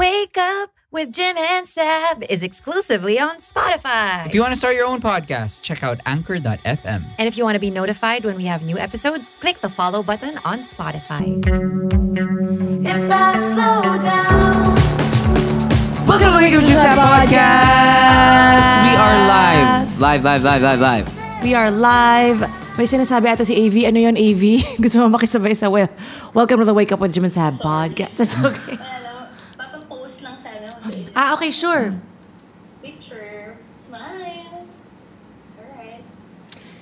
Wake Up with Jim and Sab is exclusively on Spotify. If you want to start your own podcast, check out anchor.fm. and if you want to be notified when we have new episodes, click the follow button on Spotify. If I slow down, Welcome to the Wake Up Juice Podcast! We are live. Live, live, live, live, live. we are live. May sinasabi ata si AV. Ano yon AV? Gusto mo makisabay sa well. Welcome to the Wake Up with Jim and Sab podcast. That's okay. Alam, papapost lang sana ako sa Ah, okay, sure. picture. Smile. Alright.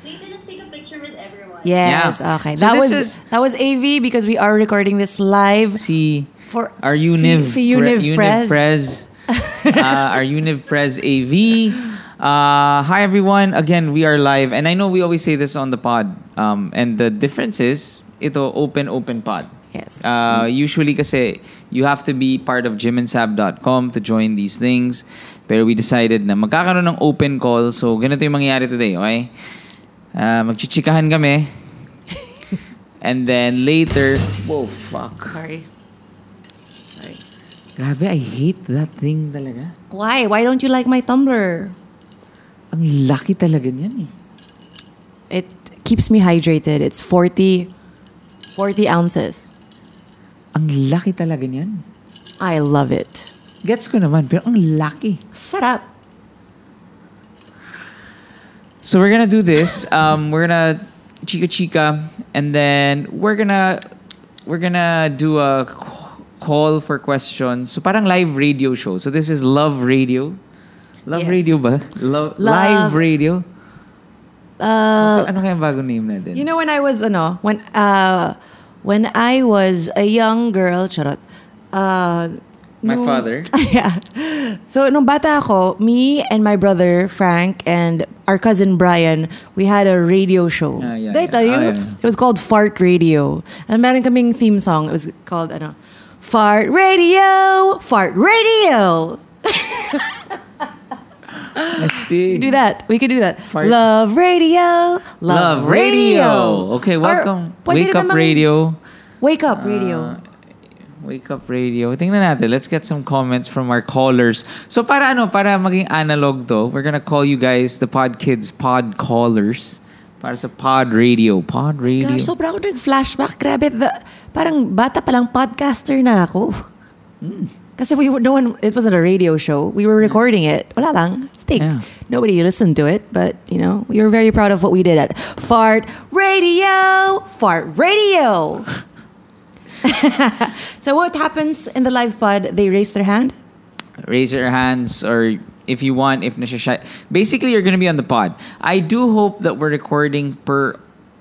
Later, let's take a picture with everyone. Yes, Yeah. okay. So that was this is- that was AV because we are recording this live See, for our Univ, si, si Univ, Press. Prez. uh, our Univ Prez AV. Uh, hi, everyone. Again, we are live. And I know we always say this on the pod. Um, and the difference is, ito open, open pod. Yes. Uh, usually kasi you have to be part of jimandsab.com to join these things. Pero we decided na magkakaroon ng open call. So, ganito yung mangyayari today, okay? Uh, magchichikahan kami. And then later... Whoa, fuck. Sorry. Sorry. Grabe, I hate that thing talaga. Why? Why don't you like my Tumblr? Ang laki talaga niyan eh. It keeps me hydrated. It's 40, 40 ounces. Ang laki talaga niyan. I love it. Gets ko naman, pero ang laki. Sarap. So we're gonna do this. Um, we're gonna chica chica, and then we're gonna we're gonna do a c- call for questions. So parang live radio show. So this is Love Radio. Love Yes. Radio ba? Love, live Love- radio. Uh, ano kaya bagong name natin? you know when I was ano, when uh when I was a young girl, charot. Uh My nung- father. yeah. So nung bata ako, me and my brother Frank and our cousin Brian, we had a radio show. Ah, yeah, Did I yeah. tell you? Ah, yeah. It was called Fart Radio. And meron kaming theme song. It was called ano, Fart Radio, Fart Radio. Astig. We do that. We could do that. Fart- Love radio. Love, Love radio. Radio. Okay, Or welcome. pwede Wake rin up namang- radio. Wake up Uh, radio. Wake up radio. Tingnan natin. Let's get some comments from our callers. So para ano, para maging analog to, we're gonna call you guys the Pod Kids Pod Callers. Para sa Pod Radio. Pod Radio. Gosh, sobra ako nag-flashback. Grabe, the, parang bata palang podcaster na ako. Hmm. Kasi we were, no one, it wasn't a radio show. We were recording it. Wala lang. Steak. Yeah. Nobody listened to it, but you know, we were very proud of what we did at Fart Radio. Fart Radio. so what happens in the live pod? They raise their hand. Raise your hands or if you want, if nasa Basically, you're gonna be on the pod. I do hope that we're recording per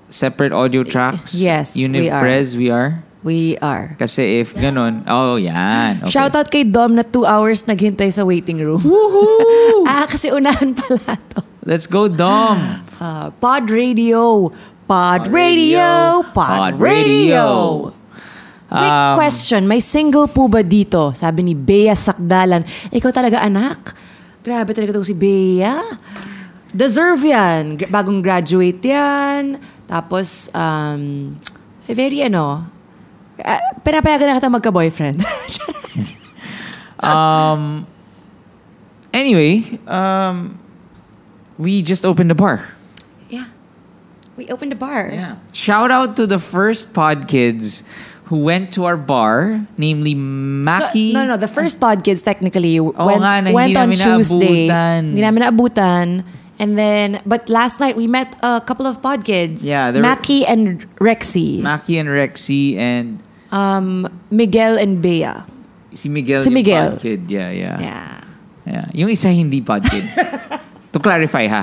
separate audio tracks. Yes, Unip we are. Prez, we are. We are. Kasi if ganon, oh yan. Okay. Shout out kay Dom na two hours naghintay sa waiting room. Woohoo! ah, kasi unahan pala to. Let's go, Dom. Uh, pod radio. Pod radio. Pod radio. Quick Um, question. May single po ba dito? Sabi ni Bea Sakdalan. Ikaw talaga anak. Grabe talaga itong si Bea. Deserve yan. Gra- Bagong graduate yan. Tapos, um, very ano, uh, pinapayagan na kita magka-boyfriend. Um, anyway, um, we just opened a bar. yeah. We opened the bar. Shout out to the first pod kids who went to our bar, namely So, Maki. no, no, the first pod kids technically went, nga, na hindi went on namin Tuesday. naabutan. Hindi namin naabutan. And then, but last night we met a couple of pod kids. Yeah, there were- Maki and Rexy. Maki and Rexy and um, Miguel and Bea. si Miguel. Si yung Miguel. Pod kid. Yeah, yeah, Yeah. yeah. Yung isa hindi pod kid. to clarify ha.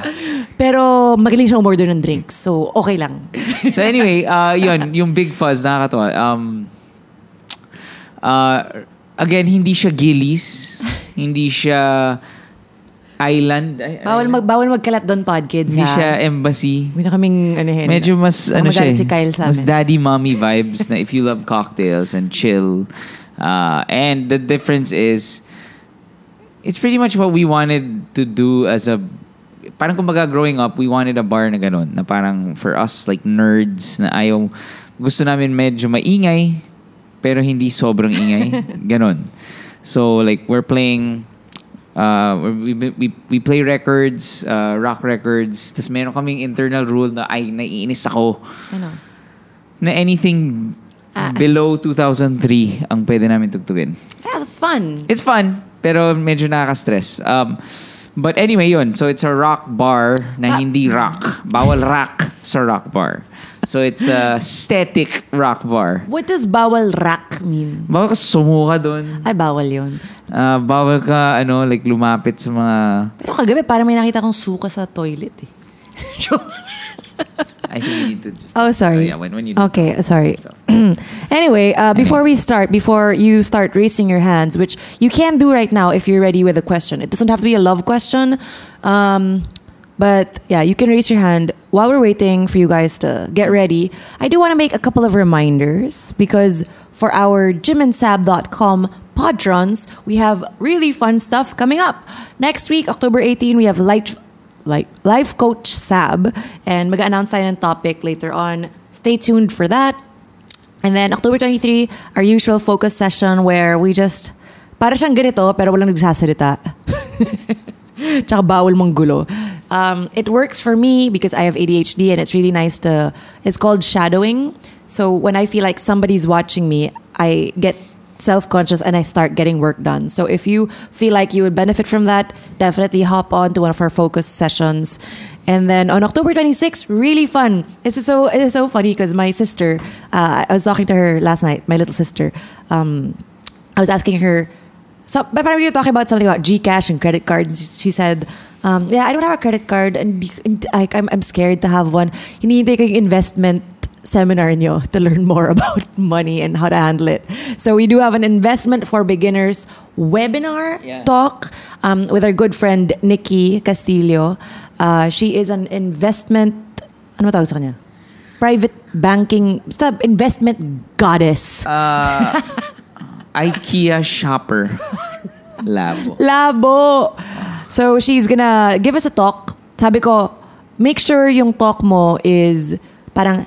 Pero magaling siya umorder ng drinks. So, okay lang. so anyway, uh, yun, yung Big Fuzz, nakakatawa. Um, uh, again, hindi siya Gillies. Hindi siya Island. Ay- Bawal, mag, bawal magkalat doon pod kids. Hindi ha? siya Embassy. Huwag na kaming ano hen. Medyo mas, Baka ano siya magalit eh, si Kyle sa mas amin. daddy-mommy vibes na if you love cocktails and chill. Uh, and the difference is, it's pretty much what we wanted to do as a parang kumbaga growing up we wanted a bar na ganun na parang for us like nerds na ayaw gusto namin medyo maingay pero hindi sobrang ingay ganun So like we're playing uh, we, we, we play records, uh, rock records. Tapos meron kaming internal rule na ay naiinis ako Ano? na anything below 2003 ang pwede namin tugtugin. Yeah, that's fun. It's fun, pero medyo nakaka-stress. Um, but anyway, yun. So it's a rock bar na Ah. hindi rock. Bawal rock sa rock bar. So it's a static rock bar. What does bawal rack mean? Bawal ka sumuka doon. Ay, bawal yun. Ah, bawal ka, ano, like lumapit sa mga... Pero kagabi, parang may nakita kong suka sa toilet eh. Joke. I think you need to just... Oh, sorry. yeah, when, when you okay, sorry. anyway, uh, before we start, before you start raising your hands, which you can do right now if you're ready with a question. It doesn't have to be a love question. Um, but yeah, you can raise your hand while we're waiting for you guys to get ready. I do want to make a couple of reminders because for our gymandsab.com Podrons, we have really fun stuff coming up. Next week, October 18, we have Light like life coach Sab and mag-announce tayo ng topic later on. Stay tuned for that. And then October 23, our usual focus session where we just para siyang ganito pero walang nagsasalita. Tsaka bawal manggulo. Um, it works for me because I have ADHD and it's really nice to it's called shadowing. So when I feel like somebody's watching me, I get self-conscious and I start getting work done. So if you feel like you would benefit from that, definitely hop on to one of our focus sessions. And then on October 26th, really fun. This is so it is so funny because my sister, uh, I was talking to her last night, my little sister. Um, I was asking her, so, but we were talking about something about Gcash and credit cards. She said, um, "Yeah, I don't have a credit card, and di- and like I'm, I'm scared to have one. You need to take an investment seminar nyo to learn more about money and how to handle it. So we do have an investment for beginners webinar Yeah. talk um, with our good friend Nikki Castillo. Uh, she is an investment. Ano tawag sa kanya? Private banking, basta investment goddess. Uh, IKEA shopper. Labo. Labo. So she's gonna give us a talk. Sabi ko, make sure yung talk mo is parang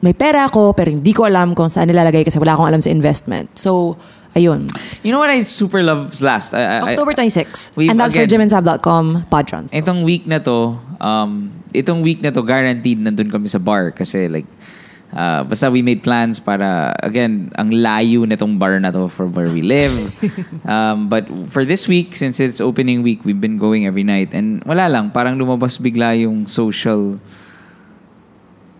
may pera ako pero hindi ko alam kung saan nilalagay kasi wala akong alam sa investment. So, ayun. You know what I super love last? I- I- I- October 26. We've And that's for again- gymandsab.com Podtrons. Itong week na to, um, itong week na to, guaranteed nandun kami sa bar kasi like, uh, basta we made plans para, again, ang layo na tong bar na to from where we live. um, but for this week, since it's opening week, we've been going every night. And wala lang, parang lumabas bigla yung social,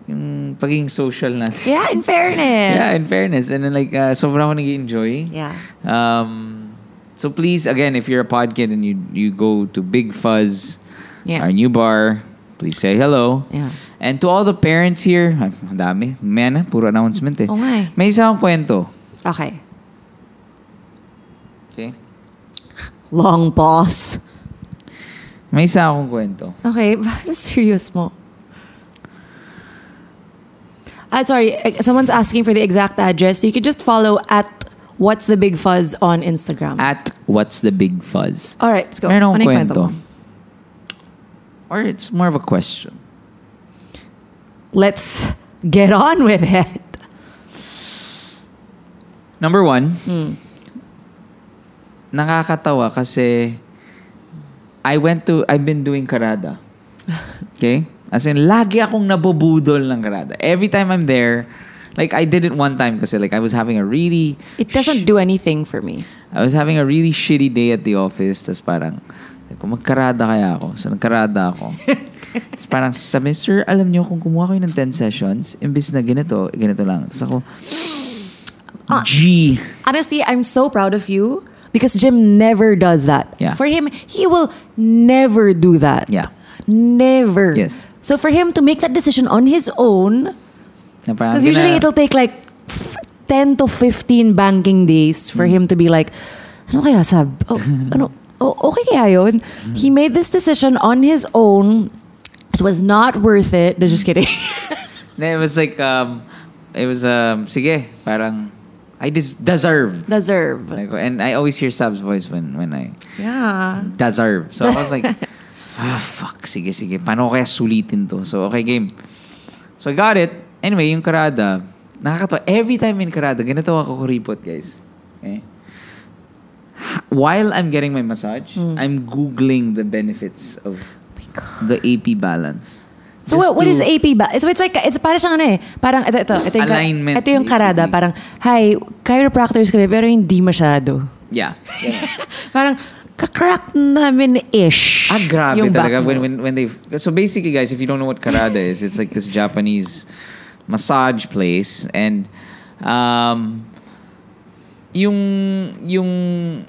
yung pagiging social natin. Yeah, in fairness. Yeah, in fairness. And then like, uh, sobrang ako nag-enjoy. Yeah. Um, so please, again, if you're a pod kid and you, you go to Big Fuzz, Yeah. our new bar, please say hello. Yeah. And to all the parents here, ah, ang dami, may na, puro announcement eh. Oo nga eh. May isa akong kwento. Okay. Okay? Long pause. May isa akong kwento. Okay, bakit serious mo? Ah, sorry, eh, someone's asking for the exact address. You could just follow at What's the Big Fuzz on Instagram. At What's the Big Fuzz? All right, let's go. Meron Ano akong yung kwento. mo? Or it's more of a question. Let's get on with it. Number one, Hmm. nakakatawa kasi I went to, I've been doing karada. Okay? As in, lagi akong nabubudol ng karada. Every time I'm there, like I did it one time kasi like I was having a really, It doesn't do anything for me. I was having a really shitty day at the office. Tapos parang, sabi ko, magkarada kaya ako. So nagkarada ako. Tapos parang sabi, sir, alam niyo kung kumuha kayo ng 10 sessions, imbis na ganito, ganito lang. Tapos ako, Ah. G. Honestly, I'm so proud of you because Jim never does that. Yeah. For him, he will never do that. Yeah. Never. Yes. So for him to make that decision on his own, Na parang Because usually gina- it'll take like f- 10 to 15 banking days for him to be like, ano kaya sab? Oh, ano? Oh, okay kaya yun? Mm. He made this decision on his own. It was not worth it. No, Just kidding. Then it was like, um, it was, um, sige, parang, I des- deserve. Deserve. Like, and I always hear Sab's voice when, when I Yeah. deserve. So I was like, ah, fuck, sige, sige. Paano ko kaya sulitin to? So, okay, game. So I got it. Anyway, yung karada, nakakatawa. Every time in karada, ganito ako kuripot, guys. Okay? Eh, while I'm getting my massage, Hmm. I'm googling the benefits of the AP balance. Oh So Just what, what is to- AP ba? So it's like it's parang siyang ano eh, parang ito ito ito yung, ka- Alignment, ito yung karada, basically. parang hi, chiropractors kami pero hindi masyado. Yeah. ganun. Parang kakrack namin ish. Ah, grabe yung back talaga. When, mo. when, when they, so basically, guys, if you don't know what Karada is, it's like this Japanese massage place. And um, yung, yung,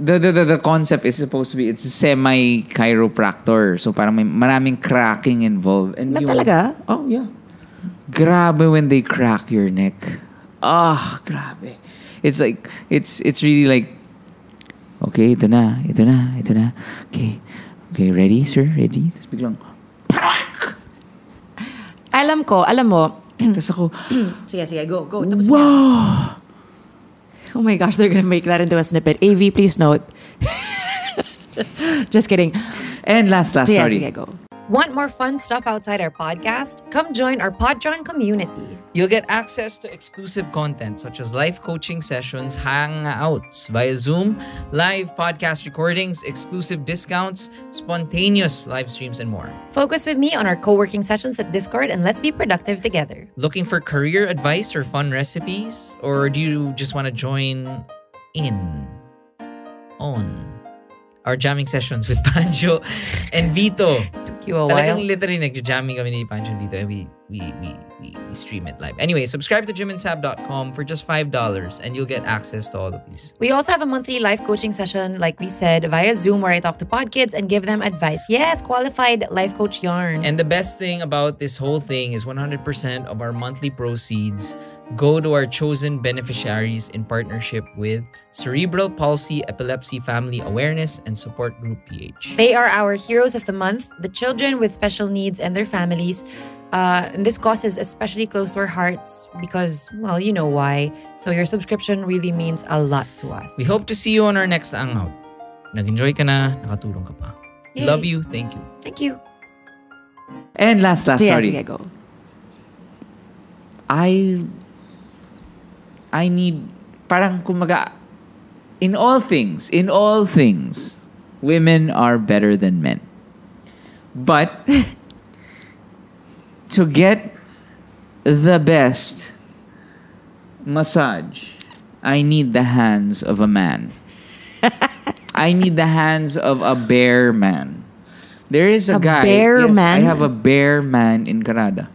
the, the, the, the concept is supposed to be, it's a semi-chiropractor. So parang may maraming cracking involved. And Ba talaga? Oh, yeah. Grabe when they crack your neck. Ah, grabe. It's like, it's, it's really like, Okay, ito na, ito na, ito na. Okay, okay, ready, sir? Ready? Tapos biglang, Alam ko, alam mo. tapos ako, sige, sige, go, go. Tapos wow! Oh my gosh, they're gonna make that into a snippet. AV, please note. Just kidding. and last, last, Sige, sorry. sige, go. Want more fun stuff outside our podcast? Come join our Podjohn community. You'll get access to exclusive content such as live coaching sessions, hangouts via Zoom, live podcast recordings, exclusive discounts, spontaneous live streams, and more. Focus with me on our co working sessions at Discord and let's be productive together. Looking for career advice or fun recipes? Or do you just want to join in on our jamming sessions with Pancho and Vito? Took you a Talagang while. literally nagja-jamming kami ni Pancho and Vito and we, we, we, we, we stream it live. Anyway, subscribe to jimandfab.com for just $5 and you'll get access to all of these. We also have a monthly life coaching session, like we said, via Zoom, where I talk to pod kids and give them advice. Yes, qualified life coach yarn. And the best thing about this whole thing is 100% of our monthly proceeds go to our chosen beneficiaries in partnership with Cerebral Palsy Epilepsy Family Awareness and Support Group PH. They are our heroes of the month, the children with special needs and their families. Uh, and this cause is especially close to our hearts because, well, you know why. So your subscription really means a lot to us. We hope to see you on our next Hangout. Nag-enjoy ka na, nakatulong ka pa. Yay. Love you, thank you. Thank you. And last, last, Sige, Ah, sorry. sige, go. I, I need, parang kumaga, in all things, in all things, women are better than men. But, to get the best massage, I need the hands of a man. I need the hands of a bear man. There is a, A guy. bear yes, I man? have a bear man in Karada.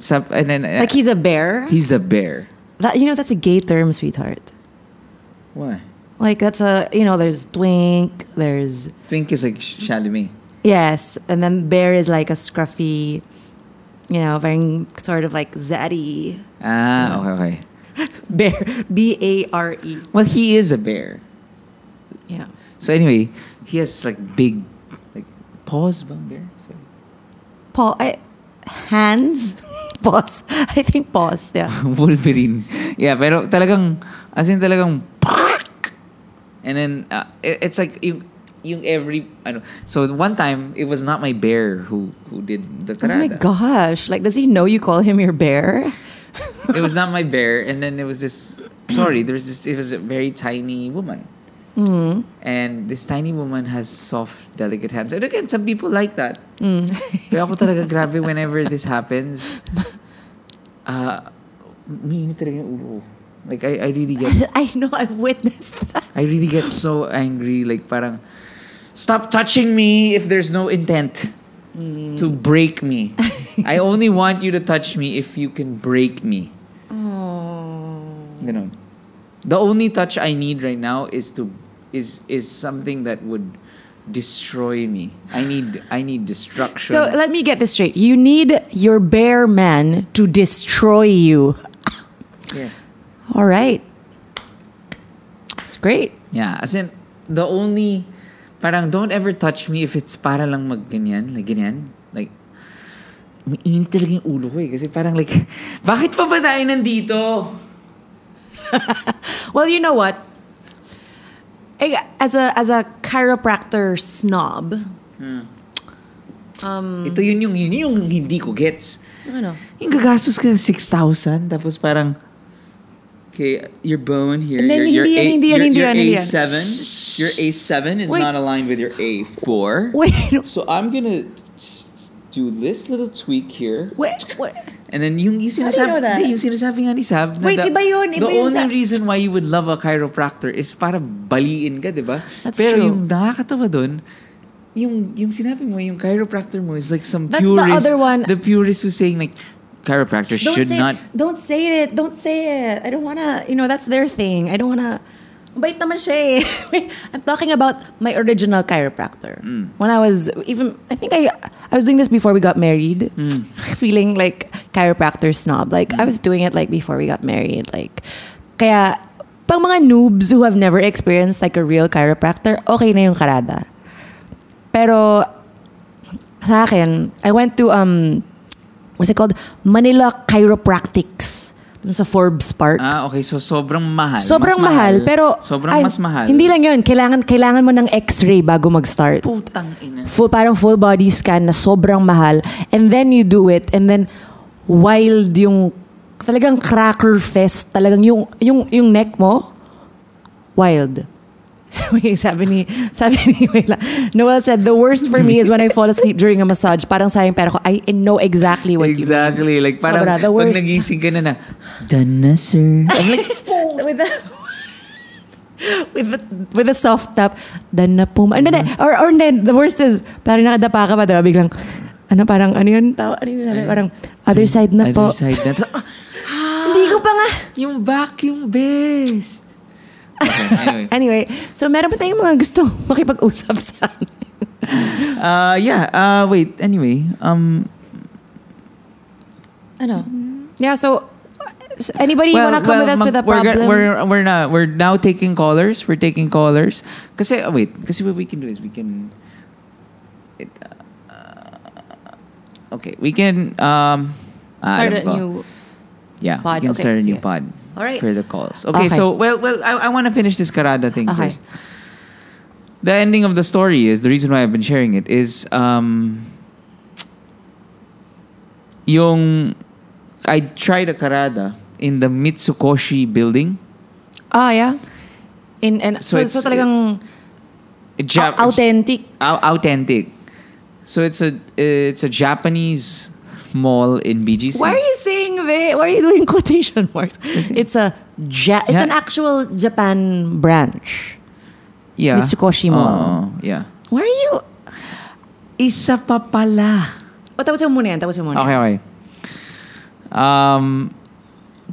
Sa- and then, uh, Like he's a bear? He's a bear. That, you know, that's a gay term, sweetheart. Why? Like that's a you know, there's twink, there's Twink is like Sh- Chalamet. yes, and then bear is like a scruffy, you know, very sort of like zaddy Ah, okay, okay. bear, B A R E. Well, he is a bear. Yeah, So anyway, he has like big, like paws, bang bear. Sorry. Paul, I hands, pause. I think pause. Yeah, Wolverine. Yeah, pero talagang, as in talagang, and then, uh, it- it's like, yung, yung every, ano, so one time, it was not my bear who, who did the oh my karada. gosh, like does he know you call him your bear? It was not my bear, and then it was this, sorry, there was this, it was a very tiny woman. And this tiny woman has soft, delicate hands. And again, some people like that. Pero ako talaga grabe whenever this happens. Uh, umiinit talaga yung ulo ko. Like, I, I really get I know I've witnessed that. I really get so angry. Like, parang, stop touching me if there's no intent to break me. I only want you to touch me if you can break me. Ganun. The only touch I need right now is to is is something that would destroy me. I need I need destruction. So let me get this straight. You need your bear man to destroy you. yeah. All right. It's great. Yeah, as in, the only, parang don't ever touch me if it's para lang magganyan, like ganyan. Like, umiinit talaga yung ulo ko eh. Kasi parang like, bakit pa ba tayo nandito? Well, you know what? Eh, As a as a chiropractor snob, Ito yun yung, yun yung hindi ko gets. ano? Yung gagastos ka ng 6,000, tapos parang, okay, your bone here. And then your, your hindi yan, A- hindi yan, your- hindi yan, hindi your yan. A7, your A7 is Wait. not aligned with your A4. Wait. So I'm gonna s- s- do this little tweak here. Wait, wait. And then yung, yung How do you sinasabi, know that? Hindi, yung sinasabi nga ni Sab. na Wait, da- iba yun, iba the yun only sa- reason why you would love a chiropractor is para baliin ka, di ba? That's Pero true. yung nakakatawa doon, yung, yung sinabi mo, yung chiropractor mo is like some That's the purist. other one. The purist who's saying like, chiropractors Don't should say, not... Don't say it. Don't say it. I don't wanna. You know, that's their thing. I don't wanna. Bait naman siya eh. I'm talking about my original chiropractor. Mm. When I was even, I think I I was doing this before we got married, Mm. feeling like chiropractor snob. Like I was doing it like before we got married. Like kaya pang mga noobs who have never experienced like a real chiropractor, okay na yung karada. Pero sa akin, I went to um what's it called? Manila Chiropractics. Dun sa Forbes Park. Ah, okay. So sobrang mahal. Sobrang Mas mahal, pero Sobrang ay, mas mahal. Hindi lang 'yun, kailangan kailangan mo ng x-ray bago mag-start. Putang ina. Full parang full body scan na sobrang mahal and then you do it and then wild yung talagang cracker fest, talagang yung yung yung neck mo wild. Wait, sabi ni, sabi ni Wela, Noel said, the worst for me is when I fall asleep during a massage. Parang sayang pera ko. I know exactly what you mean. Exactly. Like parang Sobra, pag the worst. nagising ka na na, done na sir. I'm like, with the with the with the soft tap dan na pum ano na or or then the worst is parang nakadapa ka pa diba biglang ano parang ano yun tawa ano yun sabi? parang other side na po Ah, other side na. So, hindi ko pa nga Yung back yung best. Okay, anyway. anyway so meron pa tayong mga gusto makipag-usap sa amin Uh, yeah, uh, wait, anyway. Um, ano yeah so so anybody well, wanna well, come with us mag- with a we're, problem gonna- we're, we're, not, we're now taking callers. We're taking callers. Kasi, oh, wait, kasi what we can do is we can... It, uh, okay, we can... Um, ah, Start alam a ko. new- Yeah, we pod. can Okay, start a new sige. pod Alright. for the calls. Okay, Okay. so, well, well, I, I want to finish this Karada thing Okay. first. The ending of the story is, the reason why I've been sharing it is, um, yung I tried a karada in the Mitsukoshi building. ah yeah in and So so, it's- so, talagang A Jap- au- authentic au- authentic. So it's a it's a Japanese mall in BGC. Why are you saying they? Why are you doing quotation marks? It's a ja- it's Yeah. an actual Japan branch. yeah. Mitsukoshi Mall? Oo, yeah. Why are you? Isa pa pala. Oh, tapos yung muna yan, tapos yung muna. Okay, okay. Um,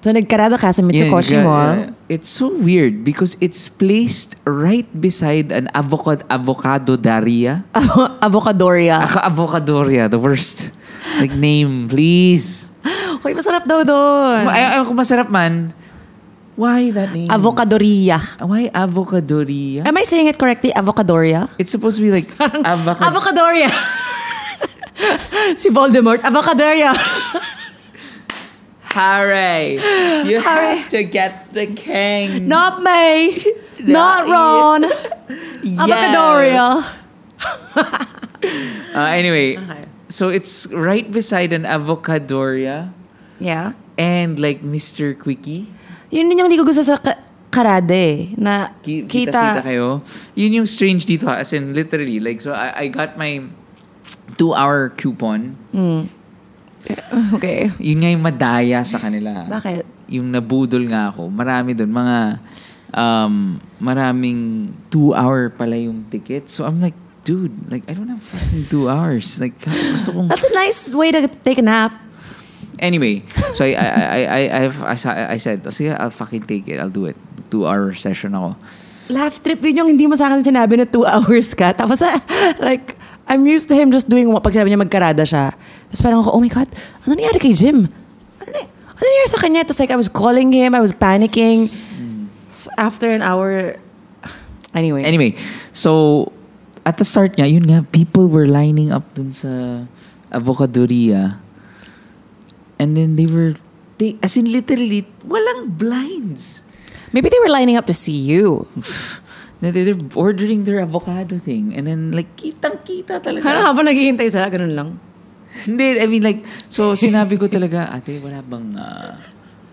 So nagkarada ka sa yeah, Mitsukoshi yeah, Mall. yeah. It's so weird because it's placed right beside an avocado avocado daria. Avo- Avocadoria. Aka avocadoria, the worst. Like name, please. Hoy, masarap daw doon. Ay, ayaw ko masarap man. Why that name? Avocadoria. Why avocadoria? Am I saying it correctly? Avocadoria? It's supposed to be like avocado. Avocadoria! si Voldemort, Avocadoria! Harry, you have to get the king. Not May! Not Ron! Avocadoria! Uh, anyway, so it's right beside an avocadoria Yeah. and like Mr. Quickie. Yun yun yung hindi ko gusto sa ka- karade. Na Ki- kita, Kita-kita kayo. Yun yung strange dito ha. As in, literally. Like, so I, I got my two-hour coupon. Okay. Yun nga yung madaya sa kanila. Bakit? Yung nabudol nga ako. Marami doon. Mga, um, maraming two-hour pala yung ticket. So I'm like, dude, like, I don't have fucking two hours. Like, gusto kong... That's a nice way to take a nap. Anyway, so I I I I I've, I, sa- I said, oh, sige, I'll fucking take it. I'll do it. Two-hour session ako. Laugh trip yun yung hindi mo sa akin sinabi na two hours ka. Tapos ah, like, I'm used to him just doing, pag sinabi niya magkarada siya. Tapos parang ako, oh my God, ano nangyari kay Jim? Ano, na- ano nangyari sa kanya? Tapos like, I was calling him, I was panicking. S- After an hour, anyway. Anyway, so at the start niya, yun nga, people were lining up dun sa avocadoria. And then they were, they, as in literally, walang blinds. Maybe they were lining up to see you. Na they- They're ordering their avocado thing. And then like, kitang-kita Ano talaga. habang naghihintay sila, ganun lang. Hindi, I mean like, so sinabi ko talaga, ate, wala bang, ah,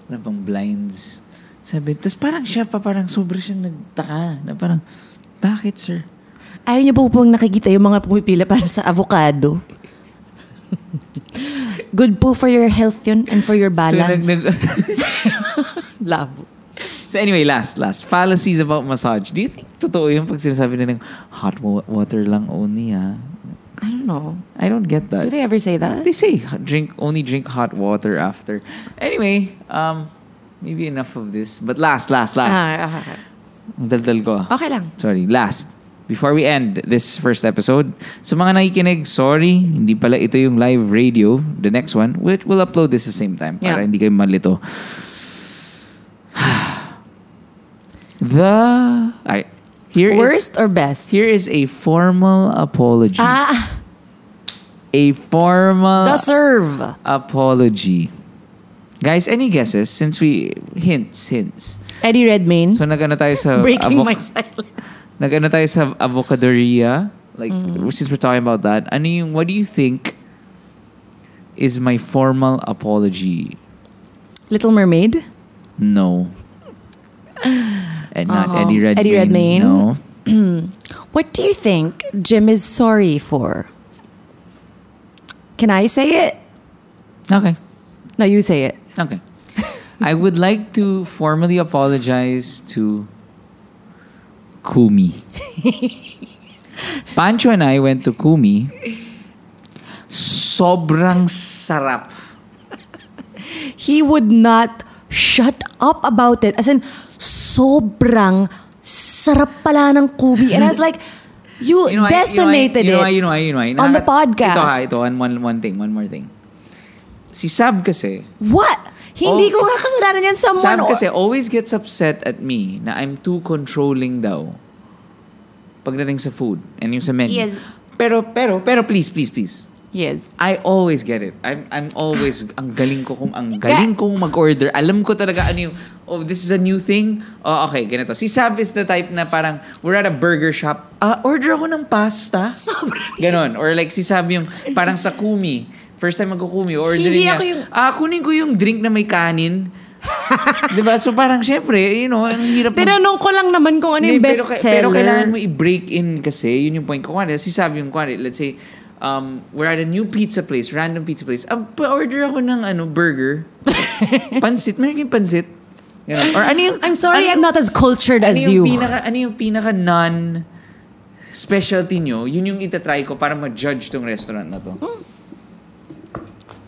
wala bang blinds? Sabi, tapos parang siya pa, parang sobrang siyang nagtaka. Na parang, bakit sir? Ayaw niyo ba po bang nakikita yung mga pumipila para sa avocado? Good po for your health yun and for your balance. So, nag- nag- Labo. so anyway, last, last. Fallacies about massage. Do you think totoo yung pag sinasabi na ng hot wa- water lang only ah? I don't know. I don't get that. Do they ever say that? They say h- drink only drink hot water after. Anyway, um, maybe enough of this. But last, last, last. Ah, ah, ah. Ang daldal ko. ah. Okay lang. Sorry, last. Before we end this first episode, sa mga nakikinig, sorry, hindi pala ito yung live radio, the next one, which we'll upload this the same time para Yeah. hindi kayo malito. the... Ay, here is- Worst or best? here is a formal apology. Ah, a formal... the serve. apology. Guys, any guesses? Since we... Hints, hints. Eddie Redmayne. So, nag-ano tayo sa... breaking avo- my silence. nag-ano tayo sa avocadoria. Like, Mm. since we're talking about that, ano yung, what do you think is my formal apology? Little Mermaid. No. And not Uh-huh. Eddie Redmayne. Eddie Redmayne. No. What do you think Jim is sorry for? Can I say it? Okay. No, you say it. Okay. I would like to formally apologize to Kumi. Pancho and I went to Kumi. Sobrang sarap. He would not shut up about it. As in, sobrang sarap pala ng kubi. And I was like, you, You know why- decimated you know why- it. You know why, you know why, you know why. on the Nakaka- podcast. Ito ha, ito. One, one, one thing, one more thing. Si Sab kasi, What? Hindi Oh. ko nga kasalanan yan someone. Sab or- kasi always gets upset at me na I'm too controlling daw pagdating sa food and yung sa menu. Yes. Pero, pero, pero please, please, please. yes. I always get it. I'm I'm always ang galing ko kung ang galing kong mag-order. Alam ko talaga ano yung oh this is a new thing. Oh okay, ganito. Si Sab is the type na parang we're at a burger shop. Ah, order ako ng pasta. Sobrang- Ganon. Or like si Sab yung parang sa Kumi. First time magkukumi, order Hindi niya. ako yung- Ah, kunin ko yung drink na may kanin. 'Di ba? So parang syempre, you know, ang hirap mag- Tinanong ko lang naman kung ano yung hindi, best pero, ka- seller. Pero kailangan mo i-break in kasi, yun yung point ko. Kunwari, sinasabi yung kunwari, let's say, um, we're at a new pizza place, random pizza place. Ah, pa-order ako ng ano, burger. pansit. Meron kayong pansit? Ganun. Or ano yung... I'm sorry, ano I'm not as cultured ano as yung you. Pinaka, ano yung pinaka non specialty nyo, yun yung itatry ko para ma-judge tong restaurant na to.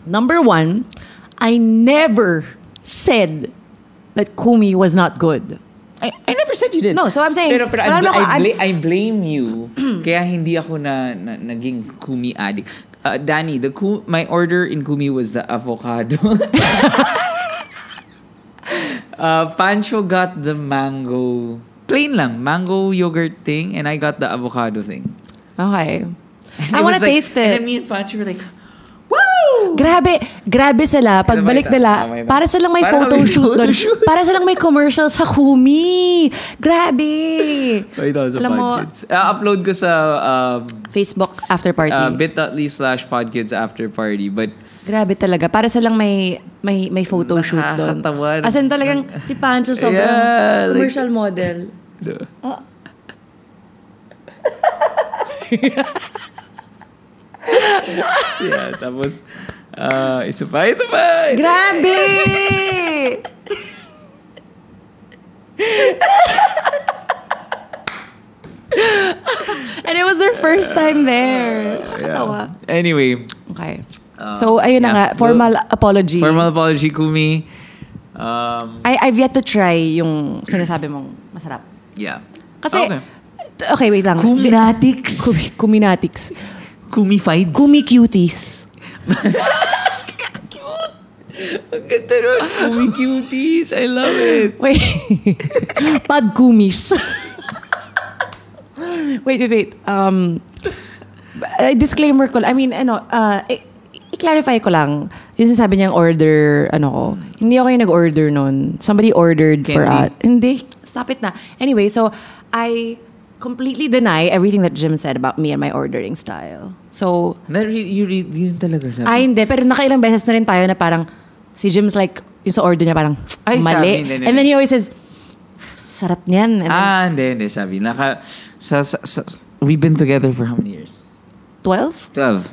Number one, I never said that Kumi was not good. I, I never said you did. No, so I'm saying- Pero, pero I, Wala bl- ako, I, I'm- bla- I blame you. kaya hindi ako na, na naging kumi addict. Uh, Danny, the ku- my order in kumi was the avocado. uh, Pancho got the mango. Plain lang, mango yogurt thing, and I got the avocado thing. Okay. And I it wanna was like- taste And it. then me and Pancho were like, woo! Grabe, grabe sila. Pagbalik Tama, nila, tama, tama. para silang may Ah, Para photo may shoot doon. photoshoot. Para silang may commercial sa Kumi. Grabe. Alam mo, Uh, upload ko sa um, Facebook after party. uh, bit.ly slash podkids after party. But Grabe talaga. Para sa lang may may may photo shoot doon. Nakakatawa. As in talagang si Pancho sobrang Yeah, like- commercial model. yeah, tapos, uh, isa pa, ito pa! Ito. grabe! And it was their first time there. Nakakatawa. Anyway, Okay. so, ayun na Ah, yeah. nga. Formal apology. formal apology, Kumi. Um, I, I've yet to try yung sinasabi mong masarap. yeah. Kasi, Ah, Okay. okay, wait lang. Kumnatics. Kumi- Kuminatics. Kumified. Kumi cuties. Ang ganda nun. Kumi cuties. I love it. Wait. Pad kumis. wait, wait, wait. Um, uh, disclaimer ko. lang. I mean, ano, uh, i- i-clarify ko lang. Yung sinasabi niyang order, ano ko. Hindi ako yung nag-order nun. Somebody ordered for Candy. us. Hindi. Stop it na. Anyway, so, I completely deny everything that Jim said about me and my ordering style. So, Na, re- you read yun talaga sa Ay, hindi. Pero nakailang beses na rin tayo na parang, si Jim's like, yung sa order niya parang, Ay, sa mali. amin din and then yun. he always says, sarap niyan. And then, Ah, hindi, hindi, sabi. Naka, sa, sa, sa, we've been together for how many years? 12? 12.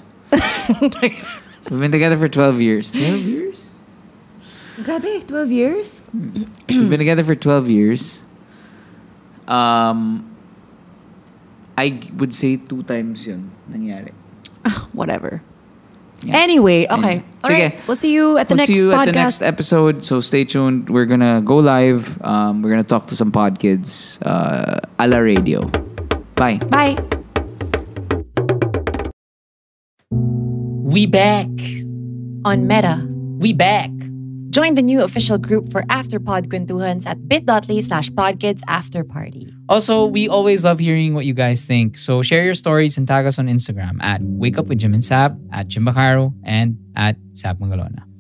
we've been together for 12 years. 12 years? Grabe, 12 years? we've been together for 12 years. Um, I g- would say two times yun nangyari. Ah, Whatever. Yeah. Anyway, Yeah. okay. All Sige. right. We'll see you at the we'll next see you podcast. at the next episode. So stay tuned. We're gonna go live. Um, we're gonna talk to some pod kids uh, a la radio. Bye. Bye. We back. On Meta, We back. join the new official group for After Pod Quintuhans at bit.ly slash podkids after party. Also, we always love hearing what you guys think. So share your stories and tag us on Instagram at Wake Up with Jim and Sab, at Jim Baccaro, and at Sab Mangalona.